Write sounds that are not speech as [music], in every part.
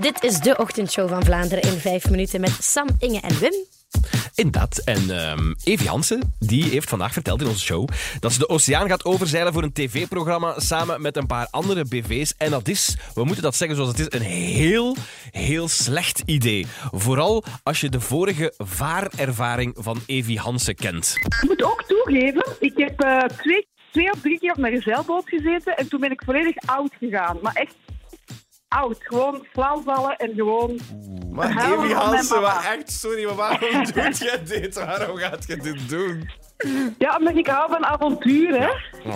Dit is de ochtendshow van Vlaanderen in vijf minuten met Sam, Inge en Wim. Inderdaad. En ehm Evi Hansen die heeft vandaag verteld in onze show dat ze de oceaan gaat overzeilen voor een tv-programma samen met een paar andere BV's. En dat is, we moeten dat zeggen zoals het is, een heel, heel slecht idee. Vooral als je de vorige vaarervaring van Evi Hansen kent. Ik moet ook toegeven, ik heb eh, twee, twee of drie keer op een zeilboot gezeten en toen ben ik volledig oud gegaan. Maar echt oud. Gewoon flauw vallen en gewoon... Maar Huilen Evi van mijn Hansen, mama. maar echt, sorry, maar waarom [laughs] doet jij dit? Waarom gaat je dit doen? Ja, omdat ik hou van avontuur, hè.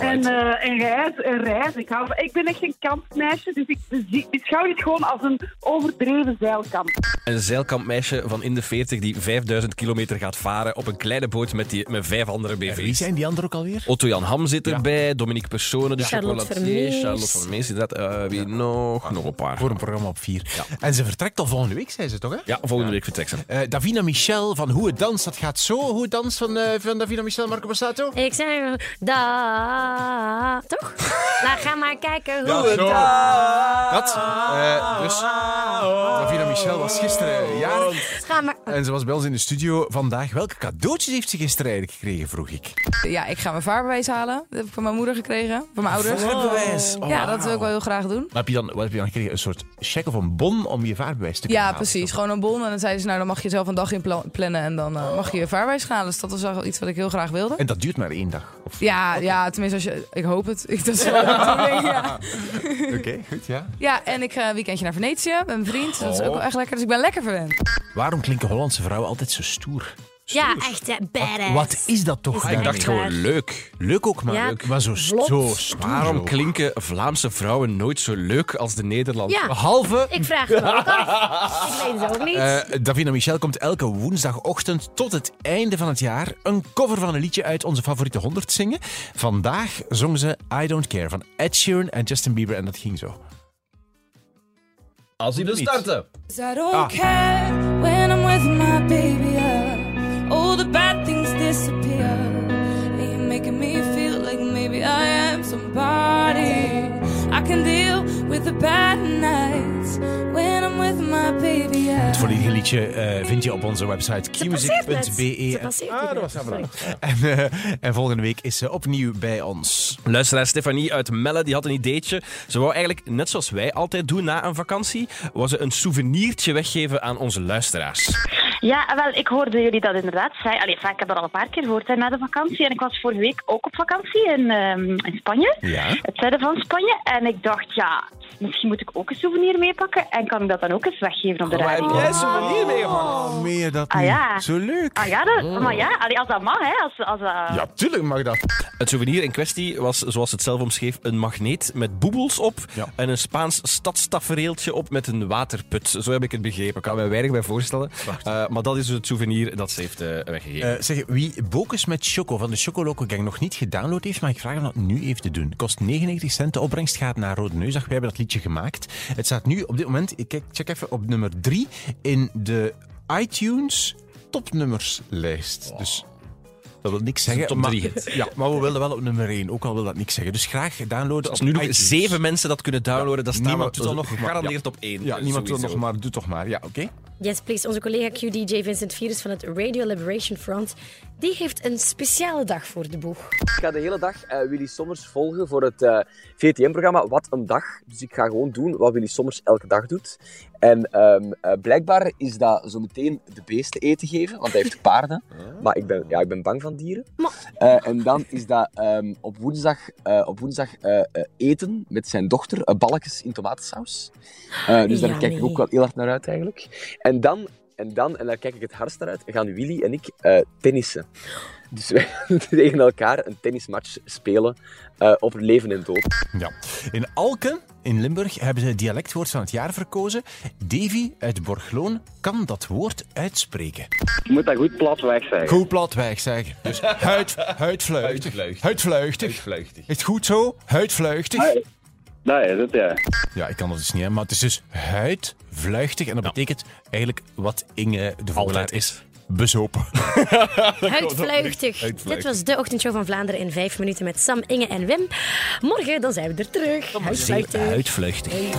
En, eh, en reis, en reis. Ik, hou van- ik ben echt een kampmeisje, dus ik bezie- beschouw dit gewoon als een overdreven zeilkamp. Een zeilkampmeisje van in de 40 die 5000 kilometer gaat varen op een kleine boot met, die, met vijf andere Wie BV's. zijn die anderen ook alweer? Otto Jan Ham zit erbij, Dominique Persone, de Charlotte chocolatier, Vermeers. Charlotte Vermeers, inderdaad. Eh, wie nog? Nog een paar. Ah. Voor een programma op vier. En ze vertrekt al volgende week, zei ze toch? Hè? Ja, volgende week vertrekt ze. Eh, Davina Michel van Hoe het Dans, dat gaat zo. Hoe het Dans van, eh, van Davina Michel, Marco Borsato. Ik zei da. Toch? [laughs] Nou, ga maar kijken hoe het zo. gaat. Dat. eh, dus Davina Michel was gisteren jarig. Ga maar. En ze was bij ons in de studio vandaag. Welke cadeautjes heeft ze gisteren eigenlijk gekregen, vroeg ik. Ja, ik ga mijn vaarbewijs halen. Dat heb ik van mijn moeder gekregen. Van mijn ouders. Vaarbewijs? Oh, ja, dat wil ik wel heel graag doen. Maar heb je dan, wat heb je dan gekregen? Een soort check of een bon om je vaarbewijs te kunnen Ja, halen? precies. Gewoon een bon. En dan zeiden ze, nou, dan mag je zelf een dag in pla- plannen. En dan eh, mag je je vaarbewijs gaan halen. Dus dat was wel iets wat ik heel graag wilde. En dat duurt maar één dag. Of... Ja, ja, tenminste, als je, ik hoop het. Ik- Dat is wel de bedoeling, ja. Oké, goed, ja. ja, en ik ga een weekendje naar Venetië met mijn vriend. Dat is ook wel echt lekker. Dus ik ben lekker verwend. Waarom klinken Hollandse vrouwen altijd zo stoer? Ja, echt hè, badass. Wat is dat toch? Is daar dat Ik dacht mee? echt waar? gewoon leuk. Leuk ook, maar, Ja, leuk. maar zo, vlot. zo stoer. Waarom ook. klinken Vlaamse vrouwen nooit zo leuk als de Nederlanders? Ja. Behalve, Ik vraag het me ook [laughs] af. Ik weet het ook niet. eh Davina Michel komt elke woensdagochtend tot het einde van het jaar een cover van een liedje uit onze favoriete 100 zingen. Vandaag zong ze I Don't Care van Ed Sheeran en Justin Bieber en dat ging zo. Als die wil Niet. starten. 'Cause I don't care when I'm with my baby. uh, all the bad things disappear. And you're making me feel like maybe I am somebody. I can deal with the bad nights when I'm with my baby. uh. Het volledige liedje eh, vind je op onze website Ze passeert net. qmusic.be. Ze passeert Ah, niet dat net. was jammer. Sorry. En, eh, en volgende week is ze opnieuw bij ons. Luisteraar Stefanie uit Melle die had een ideetje. Ze wou eigenlijk, net zoals wij altijd doen na een vakantie, was ze een souvenirtje weggeven aan onze luisteraars. Ja, ah, wel, ik hoorde jullie dat inderdaad. Zei, allee, enfin, ik heb dat al een paar keer gehoord hè, na de vakantie. En ik was vorige week ook op vakantie in, ehm, in Spanje. Ja. Het zuiden van Spanje. En ik dacht, ja, misschien moet ik ook een souvenir meepakken. En kan ik dat dan ook eens weggeven op de Oh, Maar heb radio? jij een souvenir meegemaakt? Oh, meer dat Ah, nu. ja. Zo leuk. Ah ja, dat, maar ja, allee, als dat mag, hè. Als, als, dat- Ja, tuurlijk mag dat. Het souvenir in kwestie was, zoals het zelf omschreef, een magneet met boebels op Ja. en een Spaans stadstafereeltje op met een waterput. Zo heb ik het begrepen. Ik kan me weinig bij voorstellen. Eh, maar dat is dus het souvenir dat ze heeft eh, weggegeven. Eh, zeg, wie Bokus met Choco van de Chocoloco Gang nog niet gedownload heeft, maar ik vraag hem dat nu even te doen. Kost 99 cent. De opbrengst gaat naar Rode Neusdag. Wij hebben dat liedje gemaakt. Het staat nu op dit moment, ik kijk, check even, op nummer 3 in de iTunes topnummerslijst. Dus dat wil niks zeggen. top maar- drie hit. Ja, maar we wilden wel op nummer 1, ook al wil dat niks zeggen. Dus graag downloaden Als op nu nog iTunes. zeven mensen dat kunnen downloaden, dan staan niemand we doet dat nog nog, maar- gegarandeerd op één. Ja, Eh, niemand wil sowieso. nog, maar doe toch maar. Ja, oké. Yes, please. Onze collega QDJ Vincent Vierens van het Radio Liberation Front, die heeft een speciale dag voor de [laughs] boeg. Ik ga de hele dag eh, Willy Sommers volgen voor het eh, VTM-programma Wat een Dag. Dus ik ga gewoon doen wat Willy Sommers elke dag doet. En ehm, eh, blijkbaar is dat zometeen de beesten eten geven, want hij heeft paarden. Maar ik ben, ja, ik ben bang van dieren. Eh, en dan is dat ehm, op woensdag, eh, op woensdag eh, eh, eten met zijn dochter, eh, balkjes in tomatensaus. Eh, dus daar Ja, kijk ik nee. ook wel heel hard naar uit eigenlijk. En dan, en dan, en daar kijk ik het hardst naar uit, gaan Willy en ik eh, tennissen. Dus [laughs] wij tegen elkaar een tennismatch spelen eh, op leven en dood. Ja. In Alken, in Limburg, hebben ze het dialectwoord van het jaar verkozen. Davy uit Borgloon kan dat woord uitspreken. Je moet dat goed platweg zeggen. Goed platweg zeggen. Dus huid, huidvluchtig. Huidvluchtig. Huidvluchtig. Is het goed zo? Huidvluchtig. Dat is het, ja. Ja, ik kan dat dus niet, hè, maar het is dus huidvluchtig. En dat betekent eigenlijk wat Inge de Altijd voorlaat is. Bezopen. Huidvleugtig. Dit was de ochtendshow van Vlaanderen in vijf minuten met Sam, Inge en Wim. Morgen dan zijn we er terug. Huidvleugtig. Uitvluchtig.